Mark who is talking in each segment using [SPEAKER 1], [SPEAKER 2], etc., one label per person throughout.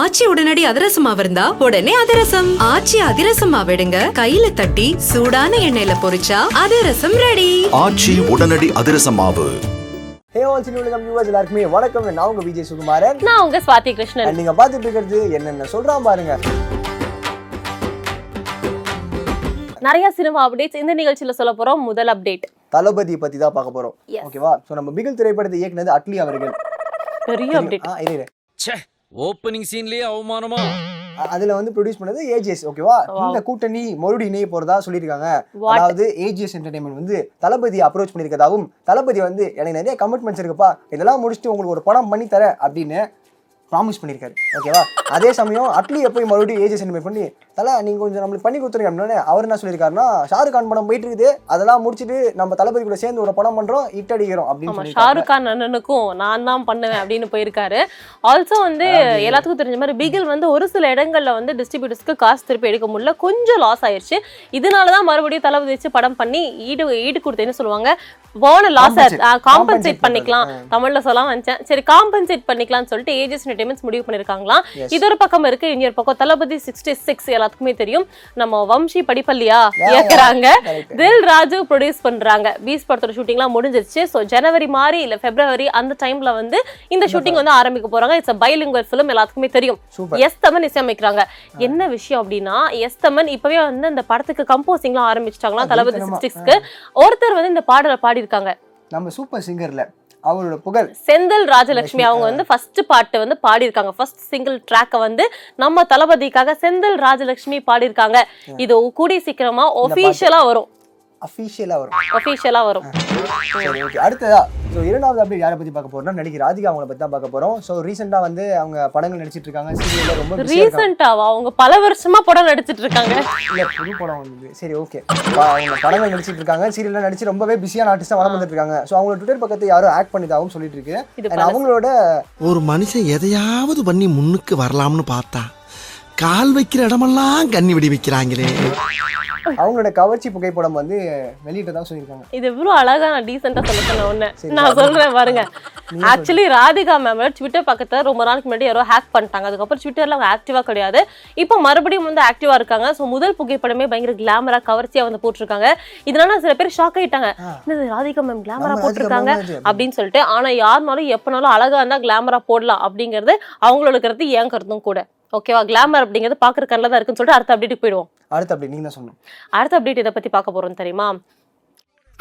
[SPEAKER 1] ஆச்சி உடனடி அதிரசமா இருந்தா உடனே அதிரசம் ஆச்சி அதிரசமா விடுங்க கையில தட்டி சூடான எண்ணெயில பொரிச்சா அதிரசம் ரெடி
[SPEAKER 2] ஆச்சி உடனடி அதிரச மாவு
[SPEAKER 3] hey all Cini Ulagam viewers எல்லாருக்குமே வணக்கம் நான் உங்க விஜய் சுகுமாரன்
[SPEAKER 4] நான் உங்க சுவாதி கிருஷ்ணன்
[SPEAKER 3] And நீங்க பார்த்துட்டு இருக்கிறது என்னென்ன சொல்றான் பாருங்க
[SPEAKER 4] நிறைய சினிமா அப்டேட்ஸ் இந்த நிகழ்ச்சியில சொல்ல போறோம் முதல் அப்டேட்
[SPEAKER 3] தளபதி பத்தி தான் பார்க்க போறோம்
[SPEAKER 4] Yes.
[SPEAKER 3] ஓகேவா ஸோ நம்ம பிகில் திரைப்படத்தை இயக்குனது அட்லி அவர்கள்
[SPEAKER 4] பெரிய அப்டேட்
[SPEAKER 3] ஆ இரு, இரு
[SPEAKER 5] ச்சே ஓப்பனிங் சீன்லயே அவமானமா
[SPEAKER 3] அ- அதுல வந்து ப்ரொடியூஸ் பண்ணது ஏஜிஎஸ் ஓகேவா இந்த கூட்டணி மறுபடியும் இணைய போறதா சொல்லியிருக்காங்க அதாவது ஏஜிஎஸ் என்டர்டைன்மெண்ட் வந்து தளபதி அப்ரோச் பண்ணியிருக்கதாகவும் தளபதி வந்து எனக்கு நிறைய கமிட்மெண்ட்ஸ் இருக்குப்பா இதெல்லாம் முடிச்சுட்டு உங்களுக்கு ஒரு படம் பண்ணி தரேன் அப்படின்னு ப்ராமிஸ் பண்ணியிருக்காரு ஓகேவா அதே சமயம் அட்லியை போய் மறுபடியும் ஏஜிஎஸ் என்டர்மெண்ட் பண்ணி தலை நீங்க கொஞ்சம் நம்மளுக்கு பண்ணி கொடுத்துருங்க அப்படின்னு அவர் என்ன சொல்லியிருக்காருன்னா ஷாருக் கான் படம் போயிட்டு இருக்குது அதெல்லாம் முடிச்சுட்டு நம்ம தளபதி கூட சேர்ந்து ஒரு படம் பண்றோம் ஹிட் அடிக்கிறோம் அப்படின்னு
[SPEAKER 4] ஆமா
[SPEAKER 3] சொல்லியிருக்காரு
[SPEAKER 4] ஷாருக் கான் அண்ணனுக்கும் நான் தான் பண்ணுவேன் அப்படின்னு போயிருக்காரு ஆல்சோ வந்து எல்லாத்துக்கும் தெரிஞ்ச மாதிரி பிகில் வந்து ஒரு சில இடங்கள்ல வந்து டிஸ்ட்ரிபியூட்டர்ஸ்க்கு காசு திருப்பி எடுக்க முடியல கொஞ்சம் லாஸ் ஆயிருச்சு இதனால தான் மறுபடியும் தளபதி வச்சு படம் பண்ணி ஈடு ஈடு கொடுத்தேன்னு சொல்லுவாங்க போன லாஸ்
[SPEAKER 3] Compensate
[SPEAKER 4] காம்பன்சேட் பண்ணிக்கலாம் தமிழ்ல சொல்லலாம் நினைச்சேன் சரி காம்பன்சேட் பண்ணிக்கலாம்னு சொல்லிட்டு ஏஜஸ் என்டர்டைன்மெண்ட்ஸ் முடிவு பண்ணிருக்காங்களாம் இது ஒரு பக்கம் இருக்கு இனி ஒரு பக்கம் தளபதி சிக்ஸ்டி சிக்ஸ் எல்லாத்துக்குமே தெரியும் நம்ம வம்சி படிப்பள்ளியா இயக்குறாங்க
[SPEAKER 3] correct.
[SPEAKER 4] தில் ராஜு ப்ரொடியூஸ் பண்றாங்க பீஸ் படத்தோட ஷூட்டிங்லாம் முடிஞ்சிருச்சு ஸோ ஜனவரி மாதிரி இல்ல ஃபெப்ரவரி அந்த டைம்ல வந்து இந்த ஷூட்டிங் வந்து ஆரம்பிக்க போறாங்க இட்ஸ் பைலிங்குவல் ஃபிலிம் எல்லாத்துக்குமே தெரியும்
[SPEAKER 3] Super.
[SPEAKER 4] எஸ் தமன் இசையமைக்கிறாங்க என்ன விஷயம் அப்படின்னா எஸ் தமன் இப்பவே வந்து அந்த படத்துக்கு கம்போசிங்லாம் ஆரம்பிச்சிட்டாங்களாம் தளபதி
[SPEAKER 3] பயங்கரமா.
[SPEAKER 4] சிக்ஸ்டி சிக்ஸ்க்கு ஒருத்தர் வந்து இந்த பாடலை பாடியிருக்காங்க
[SPEAKER 3] நம்ம சூப்பர் சிங்கர்ல அவரோட புகழ்
[SPEAKER 4] செந்தில் ராஜலட்சுமி அவங்க வந்து ஃபர்ஸ்ட் பாட்டு வந்து பாடியிருக்காங்க ஃபர்ஸ்ட் சிங்கிள் ட்ராக்கை வந்து நம்ம தளபதிக்காக செந்தில் ராஜலட்சுமி பாடியிருக்காங்க இது கூடி சீக்கிரமா ஒஃபீஷியலா வரும்
[SPEAKER 3] அஃபிஷியலா வரும்
[SPEAKER 4] ஒஃபீஷியலா வரும்
[SPEAKER 3] சரி ஓகே அடுத்ததா ஸோ இரண்டாவது அப்டேட் யாரை பத்தி பார்க்க போறோம்னா நடிகை ராதிகா அவங்கள பத்தி தான் பார்க்க போறோம் ஸோ ரீசெண்டா வந்து அவங்க படங்கள் நடிச்சிட்டு இருக்காங்க சீரியல்ல ரொம்ப busy ஆ இருக்காங்க
[SPEAKER 4] ரீசெண்டாவா அவங்க பல வருஷமா படம் நடிச்சிட்டு இருக்காங்க
[SPEAKER 3] இல்ல புது படம் வந்து சரி ஓகே அவங்க படங்கள் நடிச்சிட்டு இருக்காங்க சீரியல்ல நடிச்சு ரொம்பவே பிஸியான ஆர்டிஸ்டா வளம் வந்துட்டு இருக்காங்க ஸோ அவங்க ட்விட்டர் பக்கத்து யாரும் ஆக்ட் பண்ணிதாகவும் சொல்லிட்டு இருக்கு
[SPEAKER 4] இது
[SPEAKER 3] And அவங்களோட
[SPEAKER 6] ஒரு மனுஷன் எதையாவது பண்ணி முன்னுக்கு வரலாம்னு பார்த்தா கால் வைக்கிற இடமெல்லாம் கண்ணி விடி வைக்கிறாங்களே
[SPEAKER 3] அவங்களோட கவர்ச்சி புகைப்படம் வந்து வெளியிட்டதா சொல்லியிருக்காங்க
[SPEAKER 4] இது இவ்வளவு அழகா நான் டீசெண்டா சொல்ல சொன்ன ஒண்ணு நான் சொல்றேன் பாருங்க ஆக்சுவலி ராதிகா மேம் ட்விட்டர் பக்கத்துல ரொம்ப நாளுக்கு முன்னாடி யாரோ ஹேக் பண்ணிட்டாங்க அதுக்கப்புறம் ட்விட்டர்ல அவங்க ஆக்டிவா கிடையாது இப்போ மறுபடியும் வந்து ஆக்டிவா இருக்காங்க ஸோ முதல் புகைப்படமே பயங்கர கிளாமரா கவர்ச்சியா வந்து போட்டிருக்காங்க இதனால சில பேர் ஷாக் ஆயிட்டாங்க என்னது ராதிகா மேம் கிளாமரா
[SPEAKER 3] ஆமா,
[SPEAKER 4] போட்டிருக்காங்க
[SPEAKER 3] ராதிகா ma'am.
[SPEAKER 4] அப்படின்னு சொல்லிட்டு ஆனா யாருனாலும் எப்பனாலும் அழகா இருந்தா கிளாமரா போடலாம் அப்படிங்கிறது அவங்களோட கருத்து ஏன் கருத்தும் கூட ஓகேவா கிளாமர் அப்படிங்கிறது பாக்குற கண்ணில் தான் இருக்குன்னு சொல்லிட்டு அடுத்த அப்டேட்டுக்கு போயிடுவோம்
[SPEAKER 3] அடுத்து அப்படி நீங்க தான் சொல்லணும்
[SPEAKER 4] அடுத்த அப்டேட் இதை பத்தி பார்க்க போறோம் தெரியுமா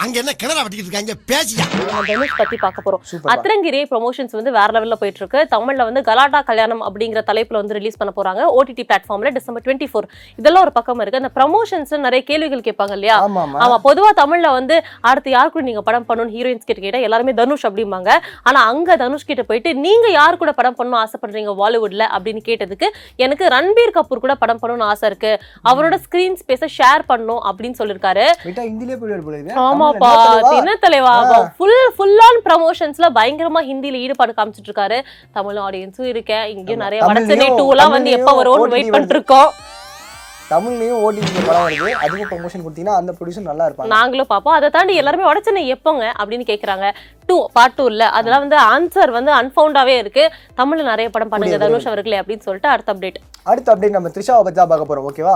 [SPEAKER 7] அங்க என்ன கிணறு வட்டிக்கிட்டு இருக்காங்க பேசியா
[SPEAKER 4] நம்ம தனுஷ் பத்தி பார்க்க போறோம்
[SPEAKER 3] Super.
[SPEAKER 4] அத்திரங்கிரி ப்ரொமோஷன்ஸ் வந்து வேற லெவல்ல போயிட்டு இருக்கு தமிழ்ல வந்து கலாட்டா கல்யாணம் அப்படிங்கிற தலைப்புல வந்து ரிலீஸ் பண்ண போறாங்க ஓடிடி பிளாட்ஃபார்ம்ல டிசம்பர் டுவெண்ட்டி ஃபோர் இதெல்லாம் ஒரு பக்கம் இருக்கு அந்த ப்ரமோஷன்ஸ் நிறைய கேள்விகள் கேட்பாங்க இல்லையா
[SPEAKER 3] ஆமா ஆமா
[SPEAKER 4] ஆமா பொதுவா தமிழ்ல வந்து அடுத்து யார் கூட நீங்க படம் பண்ணணும் ஹீரோயின்ஸ் கிட்ட கேட்டா எல்லாருமே தனுஷ் அப்படிம்பாங்க ஆனா அங்க தனுஷ் கிட்ட போயிட்டு நீங்க யார் கூட படம் பண்ணணும் ஆசைப்படுறீங்க பாலிவுட்ல அப்படின்னு கேட்டதுக்கு எனக்கு ரன்பீர் கபூர் கூட படம் பண்ணணும்னு ஆசை இருக்கு அவரோட ஸ்கிரீன் ஸ்பேஸை ஷேர் பண்ணணும் அப்படின்னு சொல்லிருக்காரு
[SPEAKER 3] விட்டா ஹிந்திலே போயிடுவாரு போல இருக்கு
[SPEAKER 4] ஆமாப்பா
[SPEAKER 3] தமிழ்ல என்ன தலைவா?
[SPEAKER 4] தினத்தலைவா ஃபுல் ஃபுல் ஆன் ப்ரமோஷன்ஸ்ல பயங்கரமா ஹிந்தில ஈடுபாடு காமிச்சிட்டு இருக்காரு தமிழ் ஆடியன்ஸும் இருக்கேன் இங்கேயும்
[SPEAKER 3] ஆமா.
[SPEAKER 4] நிறைய
[SPEAKER 3] தமிழ்லயும்,
[SPEAKER 4] வடச்சென்னை டூலாம் வந்து எப்ப
[SPEAKER 3] தமிழ்லயும்
[SPEAKER 4] வரும்னு
[SPEAKER 3] OTT
[SPEAKER 4] வெயிட்
[SPEAKER 3] வருது.
[SPEAKER 4] பண்ணிட்டு இருக்கோம்
[SPEAKER 3] தமிழ்லயும் ஓடிடி படம் வருது அதுக்கு ப்ரொமோஷன் கொடுத்தீங்கன்னா அந்த ப்ரொடியூசர் நல்லா இருப்பாங்க
[SPEAKER 4] நாங்களும் பார்ப்போம் அதை தாண்டி எல்லாருமே வடச்சென்னை எப்போங்க அப்படின்னு கேக்குறாங்க டூ பார்ட் டூ இல்ல அதெல்லாம் வந்து ஆன்சர் வந்து அன்ஃபவுண்டாவே இருக்கு தமிழ்ல நிறைய படம் பண்ணுங்க தனுஷ் அவர்களே அப்படின்னு சொல்லிட்டு அடுத்த அப்டேட்
[SPEAKER 3] அடுத்த அப்டேட் நம்ம த்ரிஷாவை பத்தி தான் பார்க்க போறோம் ஓகேவா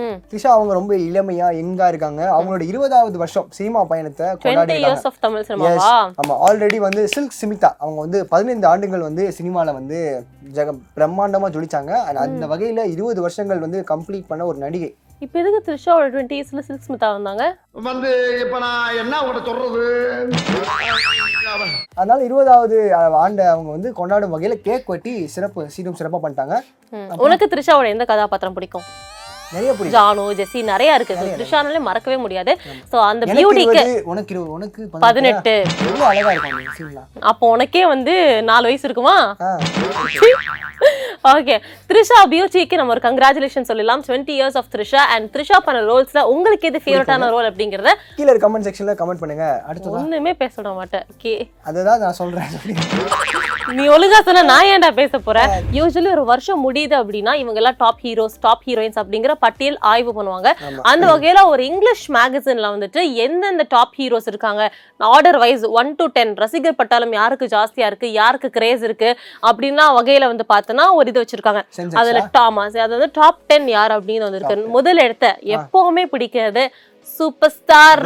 [SPEAKER 4] ம்
[SPEAKER 3] திஷா அவங்க ரொம்ப இளமையா யங்கா இருக்காங்க அவங்களோட இருபதாவது வருஷம் சினிமா பயணத்தை
[SPEAKER 4] டுவெண்ட்டி இயர்ஸ்
[SPEAKER 3] கொண்டாடிருக்காங்க
[SPEAKER 4] ஆஃப் தமிழ்
[SPEAKER 3] Yes.
[SPEAKER 4] சினிமாவா
[SPEAKER 3] ஆமா ஆல்ரெடி வந்து சில்க் சிமிதா அவங்க வந்து பதினைந்து ஆண்டுகள் வந்து சினிமால வந்து ஜெக பிரம்மாண்டமா ஜொலிச்சாங்க And அந்த வகையில இருபது வருஷங்கள் வந்து கம்ப்ளீட் பண்ண ஒரு நடிகை
[SPEAKER 4] இப்போ எதுக்கு த்ரிஷாவோட டுவெண்ட்டி இயர்ஸ்ல சில்க் ஸ்மிதா வந்தாங்க
[SPEAKER 7] வந்து இப்ப நான் என்ன உங்கள்கிட்ட சொல்றது
[SPEAKER 3] அதனால இருபதாவது ஆண்டை அவங்க வந்து கொண்டாடும் வகையில கேக் வெட்டி சிறப்பு சீரும் சிறப்பா பண்ணிட்டாங்க
[SPEAKER 4] ம். உனக்கு த்ரிஷாவோட எந்த கதாபாத்திரம் பிடிக்கும்
[SPEAKER 3] நிறைய பிடிக்கும்
[SPEAKER 4] ஜானு ஜெஸ்ஸி நிறைய இருக்கு So, த்ரிஷானாலே மறக்கவே முடியாது சோ அந்த
[SPEAKER 3] எனக்கு
[SPEAKER 4] பியூட்டிக்கு
[SPEAKER 3] இருபது, உனக்கு இருபது, உனக்கு
[SPEAKER 4] பதினெட்டு
[SPEAKER 3] எவ்வளவு அழகா இருக்கும் அந்த scene எல்லாம்.
[SPEAKER 4] அப்போ உனக்கே வந்து நாலு வயசு இருக்குமா
[SPEAKER 3] ஆ.
[SPEAKER 4] ஓகே த்ரிஷா பியூட்டிக்கு நம்ம ஒரு கங்க்ராச்சுலேஷன் சொல்லலாம் twenty years of Trisha and Trisha பண்ண ரோல்ஸ்ல உங்களுக்கு எது ஃபேவரட்டான ரோல் அப்படிங்கறத
[SPEAKER 3] கீழே கமெண்ட் செக்ஷன்ல கமெண்ட் பண்ணுங்க அடுத்ததா
[SPEAKER 4] ஒண்ணுமே பேச விட மாட்டேன் ஓகே
[SPEAKER 3] அதுதான் நான் சொல்றேன் சொல்லி
[SPEAKER 4] நீ ஒழுங்கா சொன்னா நான் ஏன்டா பேச போறேன் யூஸ்வலி ஒரு வருஷம் முடியுது அப்படின்னா இவங்க எல்லாம் டாப் ஹீரோஸ் டாப் ஹீரோயின்ஸ் அப்படிங்கிற பட்டியல் ஆய்வு பண்ணுவாங்க அந்த வகையில ஒரு இங்கிலீஷ் மேகசின்ல வந்துட்டு எந்தெந்த டாப் ஹீரோஸ் இருக்காங்க order wise one to ten ரசிகர் பட்டாளம் யாருக்கு ஜாஸ்தியா இருக்கு யாருக்கு கிரேஸ் இருக்கு அப்படின்னா வகையில வந்து பார்த்தோன்னா ஒரு இது வச்சிருக்காங்க
[SPEAKER 3] Sensex-ஆ?
[SPEAKER 4] அதுல டாமாஸ் அதாவது டாப் டென் யார் அப்படின்னு வந்திருக்கு முதல் இடத்த எப்பவுமே பிடிக்கிறது சூப்பர் ஸ்டார்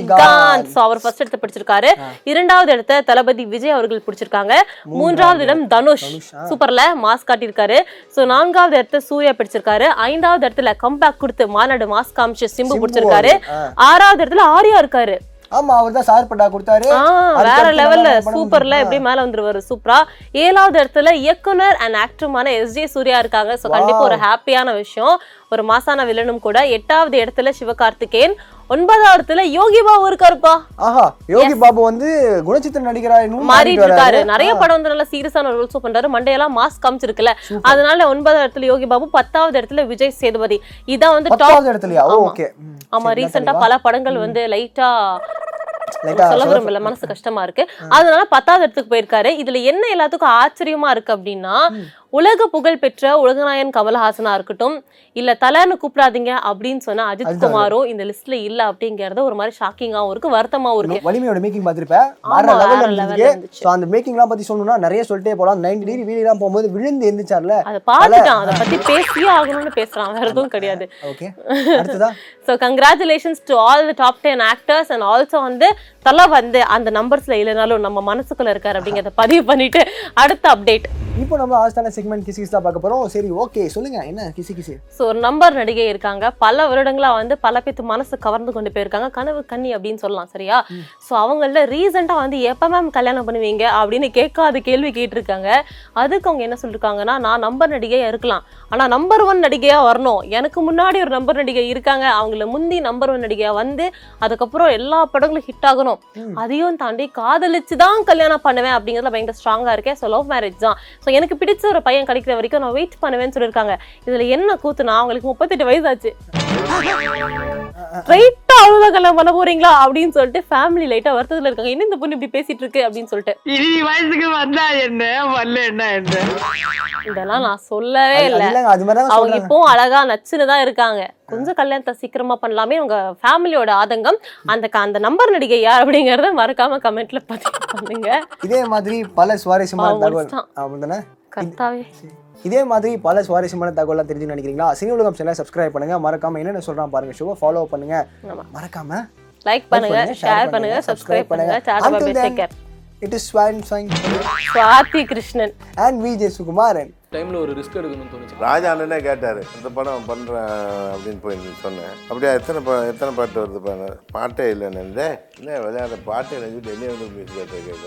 [SPEAKER 4] ரஜினிகாந்த் So, அவர் ஃபர்ஸ்ட் இடத்த பிடிச்சிருக்காரு இரண்டாவது இடத்த தளபதி விஜய் அவர்கள் பிடிச்சிருக்காங்க மூன்றாவது இடம் தனுஷ் சூப்பர்ல மாஸ் காட்டியிருக்காரு சோ நான்காவது இடத்த சூர்யா பிடிச்சிருக்காரு ஐந்தாவது இடத்துல கம்பேக் கொடுத்து மாநாடு மாஸ் காமிச்சு சிம்பு
[SPEAKER 3] சிம்பு
[SPEAKER 4] பிடிச்சிருக்காரு
[SPEAKER 3] அவர்கள்,
[SPEAKER 4] ஆறாவது இடத்துல ஆர்யா இருக்காரு
[SPEAKER 3] ஆமா அவர் தான் சார் பட்டா கொடுத்தாரு
[SPEAKER 4] ஆ,
[SPEAKER 3] அதுக்கு
[SPEAKER 4] வேற
[SPEAKER 3] அடுத்து
[SPEAKER 4] லெவல்ல
[SPEAKER 3] நம்ம படம்
[SPEAKER 4] சூப்பர்ல
[SPEAKER 3] வந்திருக்கு.
[SPEAKER 4] எப்படி மேல வந்துருவாரு சூப்பரா ஏழாவது இடத்துல இயக்குனர் அண்ட் ஆக்டருமான எஸ் ஜே சூர்யா இருக்காங்க சோ கண்டிப்பா ஒரு ஹாப்பியான விஷயம் ஒரு மாசான வில்லனும் கூட எட்டாவது இடத்துல சிவகார்த்திகேயன் ஒன்பதாவது இடத்துல யோகி பாபு இருக்காருப்பா
[SPEAKER 3] ஆஹா யோகி பாபு வந்து குணச்சித்திர நடிகரா இன்னும்
[SPEAKER 4] மாறிட்டு இருக்காரு நிறைய
[SPEAKER 3] ஆ.
[SPEAKER 4] படம் வந்து நல்லா சீரியஸான ரோல்ஸும் பண்றாரு மண்டையெல்லாம் மாஸ்க் காமிச்சிருக்குல்ல அதனால ஒன்பதாவது இடத்துல யோகி பாபு பத்தாவது இடத்துல விஜய் சேதுபதி இதான் வந்து
[SPEAKER 3] பத்தாவது இடத்துலயா
[SPEAKER 4] டாப்
[SPEAKER 3] ஓகே
[SPEAKER 4] ஆமா ரீசெண்டா பல படங்கள் வந்து லைட்டா
[SPEAKER 3] லைட்டா
[SPEAKER 4] சொல்ல
[SPEAKER 3] சொல்ல-
[SPEAKER 4] விரும்பல மனசு கஷ்டமா இருக்கு அதனால பத்தாவது இடத்துக்கு போயிருக்காரு இதுல என்ன எல்லாத்துக்கும் ஆச்சரியமா இருக்கு அப்படின்னா உலக புகழ் பெற்ற உலகநாயன் கமலஹாசனா இருக்கட்டும் இல்ல தலைன்னு கூப்பிடாதீங்க அப்படின்னு சொன்ன அஜித்
[SPEAKER 3] அதுதான்.
[SPEAKER 4] குமாரும் இந்த லிஸ்ட்ல இல்ல அப்படிங்கறது ஒரு மாதிரி ஷாக்கிங்காவும் இருக்கு வருத்தமாவும் இருக்கு
[SPEAKER 3] வலிமையோட மேக்கிங் பார்த்திருப்பேன் வேற
[SPEAKER 4] ஆமா, வேற
[SPEAKER 3] லெவல்ல
[SPEAKER 4] level
[SPEAKER 3] இருந்துச்சு
[SPEAKER 4] இருந்துச்சு.
[SPEAKER 3] சோ அந்த மேக்கிங்லாம் பத்தி சொல்லணும்னா நிறைய சொல்லிட்டே போலாம் 90 டிகிரி வீடிலாம் போகும்போது விழுந்து எந்திரிச்சார்ல
[SPEAKER 4] அதை பார்த்துட்டான் அதை பத்தி பேசியே ஆகணும்னு பேசுறான் வேற எதுவும் கிடையாது
[SPEAKER 3] ஓகே அடுத்ததா
[SPEAKER 4] so congratulations to all the top ten actors and also வந்து தலை வந்து அந்த நம்பர்ஸில் இல்லைனாலும் நம்ம மனசுக்குள்ள இருக்கார் அப்படிங்கிறத பதிவு பண்ணிட்டு அடுத்த அப்டேட்
[SPEAKER 3] இப்போ நம்ம ஆஸ்தான செக்மெண்ட் கிசி கிசி தான் பார்க்க போறோம் சரி ஓகே சொல்லுங்க என்ன கிசி கிசி
[SPEAKER 4] ஸோ நம்பர் நடிகை இருக்காங்க பல வருடங்களா வந்து பல பேத்து மனசு கவர்ந்து கொண்டு போயிருக்காங்க கனவு கண்ணி அப்படின்னு சொல்லலாம் சரியா ஸோ அவங்கள ரீசெண்டாக வந்து எப்போ மேம் கல்யாணம் பண்ணுவீங்க அப்படின்னு கேட்காத கேள்வி கேட்டிருக்காங்க அதுக்கு அவங்க என்ன சொல்லியிருக்காங்கன்னா நான் நம்பர் நடிகையாக இருக்கலாம் ஆனால் நம்பர் ஒன் நடிகையாக வரணும் எனக்கு முன்னாடி ஒரு நம்பர் நடிகை இருக்காங்க அவங்கள முந்தி நம்பர் ஒன் நடிகையாக வந்து அதுக்கப்புறம் எல்லா படங்களும் ஹிட் ஆகணும் அதையும் தாண்டி காதலிச்சு தான் கல்யாணம் பண்ணுவேன் அப்படிங்கிறதுல பயங்கர ஸ்ட்ராங்காக இருக்கேன் ஸோ லவ் மேரேஜ் தான் ஸோ எனக்கு பிடிச்ச ஒரு பையன் கிடைக்கிற வரைக்கும் நான் வெயிட் பண்ணுவேன்னு சொல்லியிருக்காங்க இதுல என்ன கூத்துனா அவங்களுக்கு முப்பத்தெட்டு வயசாச்சு ஸ்ட்ரைட்டா அவ்வளவு கல்யாணம் பண்ண போறீங்களா அப்படின்னு சொல்லிட்டு ஃபேமிலி லைட்டா வருத்தத்துல இருக்காங்க என்ன இந்த பொண்ணு இப்படி பேசிட்டு இருக்கு அப்படின்னு சொல்லிட்டு
[SPEAKER 8] இனி வயசுக்கு வந்தா என்ன வரல என்ன என்ன
[SPEAKER 4] இதெல்லாம் நான் சொல்லவே
[SPEAKER 3] அது-
[SPEAKER 4] இல்ல
[SPEAKER 3] அது இல்லங்க அது மாதிரி தான்
[SPEAKER 4] அவங்க
[SPEAKER 3] சொல்றாங்க
[SPEAKER 4] இப்பவும் அழகா நச்சுன்னு தான் இருக்காங்க கொஞ்சம் கல்யாணத்தை சீக்கிரமா பண்ணலாமே உங்க ஃபேமிலியோட ஆதங்கம் அந்த க- அந்த நம்பர் நடிகை யார் அப்படிங்கறத மறக்காம கமெண்ட்ல பதிவு பண்ணுங்க
[SPEAKER 3] இதே மாதிரி பல சுவாரஸ்யமான
[SPEAKER 4] அவங்க
[SPEAKER 3] தகவல்
[SPEAKER 4] முடிச்சிட்டான்.
[SPEAKER 3] ஆமாம் தானே
[SPEAKER 4] கரெக்டாவே
[SPEAKER 3] இதே மாதிரி பல சுவாரஸ்யமான தகவலாம் தெரிஞ்சு நினைக்கிறீங்களா சினி உலகம் சேனல் சப்ஸ்கிரைப் பண்ணுங்க மறக்காம என்னென்ன சொல்றான் பாருங்க ஷோவை ஃபாலோ பண்ணுங்க
[SPEAKER 4] ஆமா.
[SPEAKER 3] மறக்காம
[SPEAKER 4] லைக் பண்ணுங்க ஷேர் பண்ணுங்க சப்ஸ்கிரைப் பண்ணுங்க sir
[SPEAKER 3] it is swan song
[SPEAKER 4] Swathi Krishnan
[SPEAKER 3] and VJ Sukumaran
[SPEAKER 9] டைம்ல ஒரு ரிஸ்க் எடுக்கணும்னு தோணுச்சு
[SPEAKER 10] ராஜா அண்ணனே கேட்டார் இந்த படம் பண்ணுறேன் அப்படின்னு போய் சொன்னேன் அப்படியா எத்தனை பா எத்தனை பாட்டு வருது பாரு பாட்டே இல்லைன்னு இல்லை விளையாட பாட்டு எழுதிட்டு என்ன வந்து மியூசிக் கேட்டேன்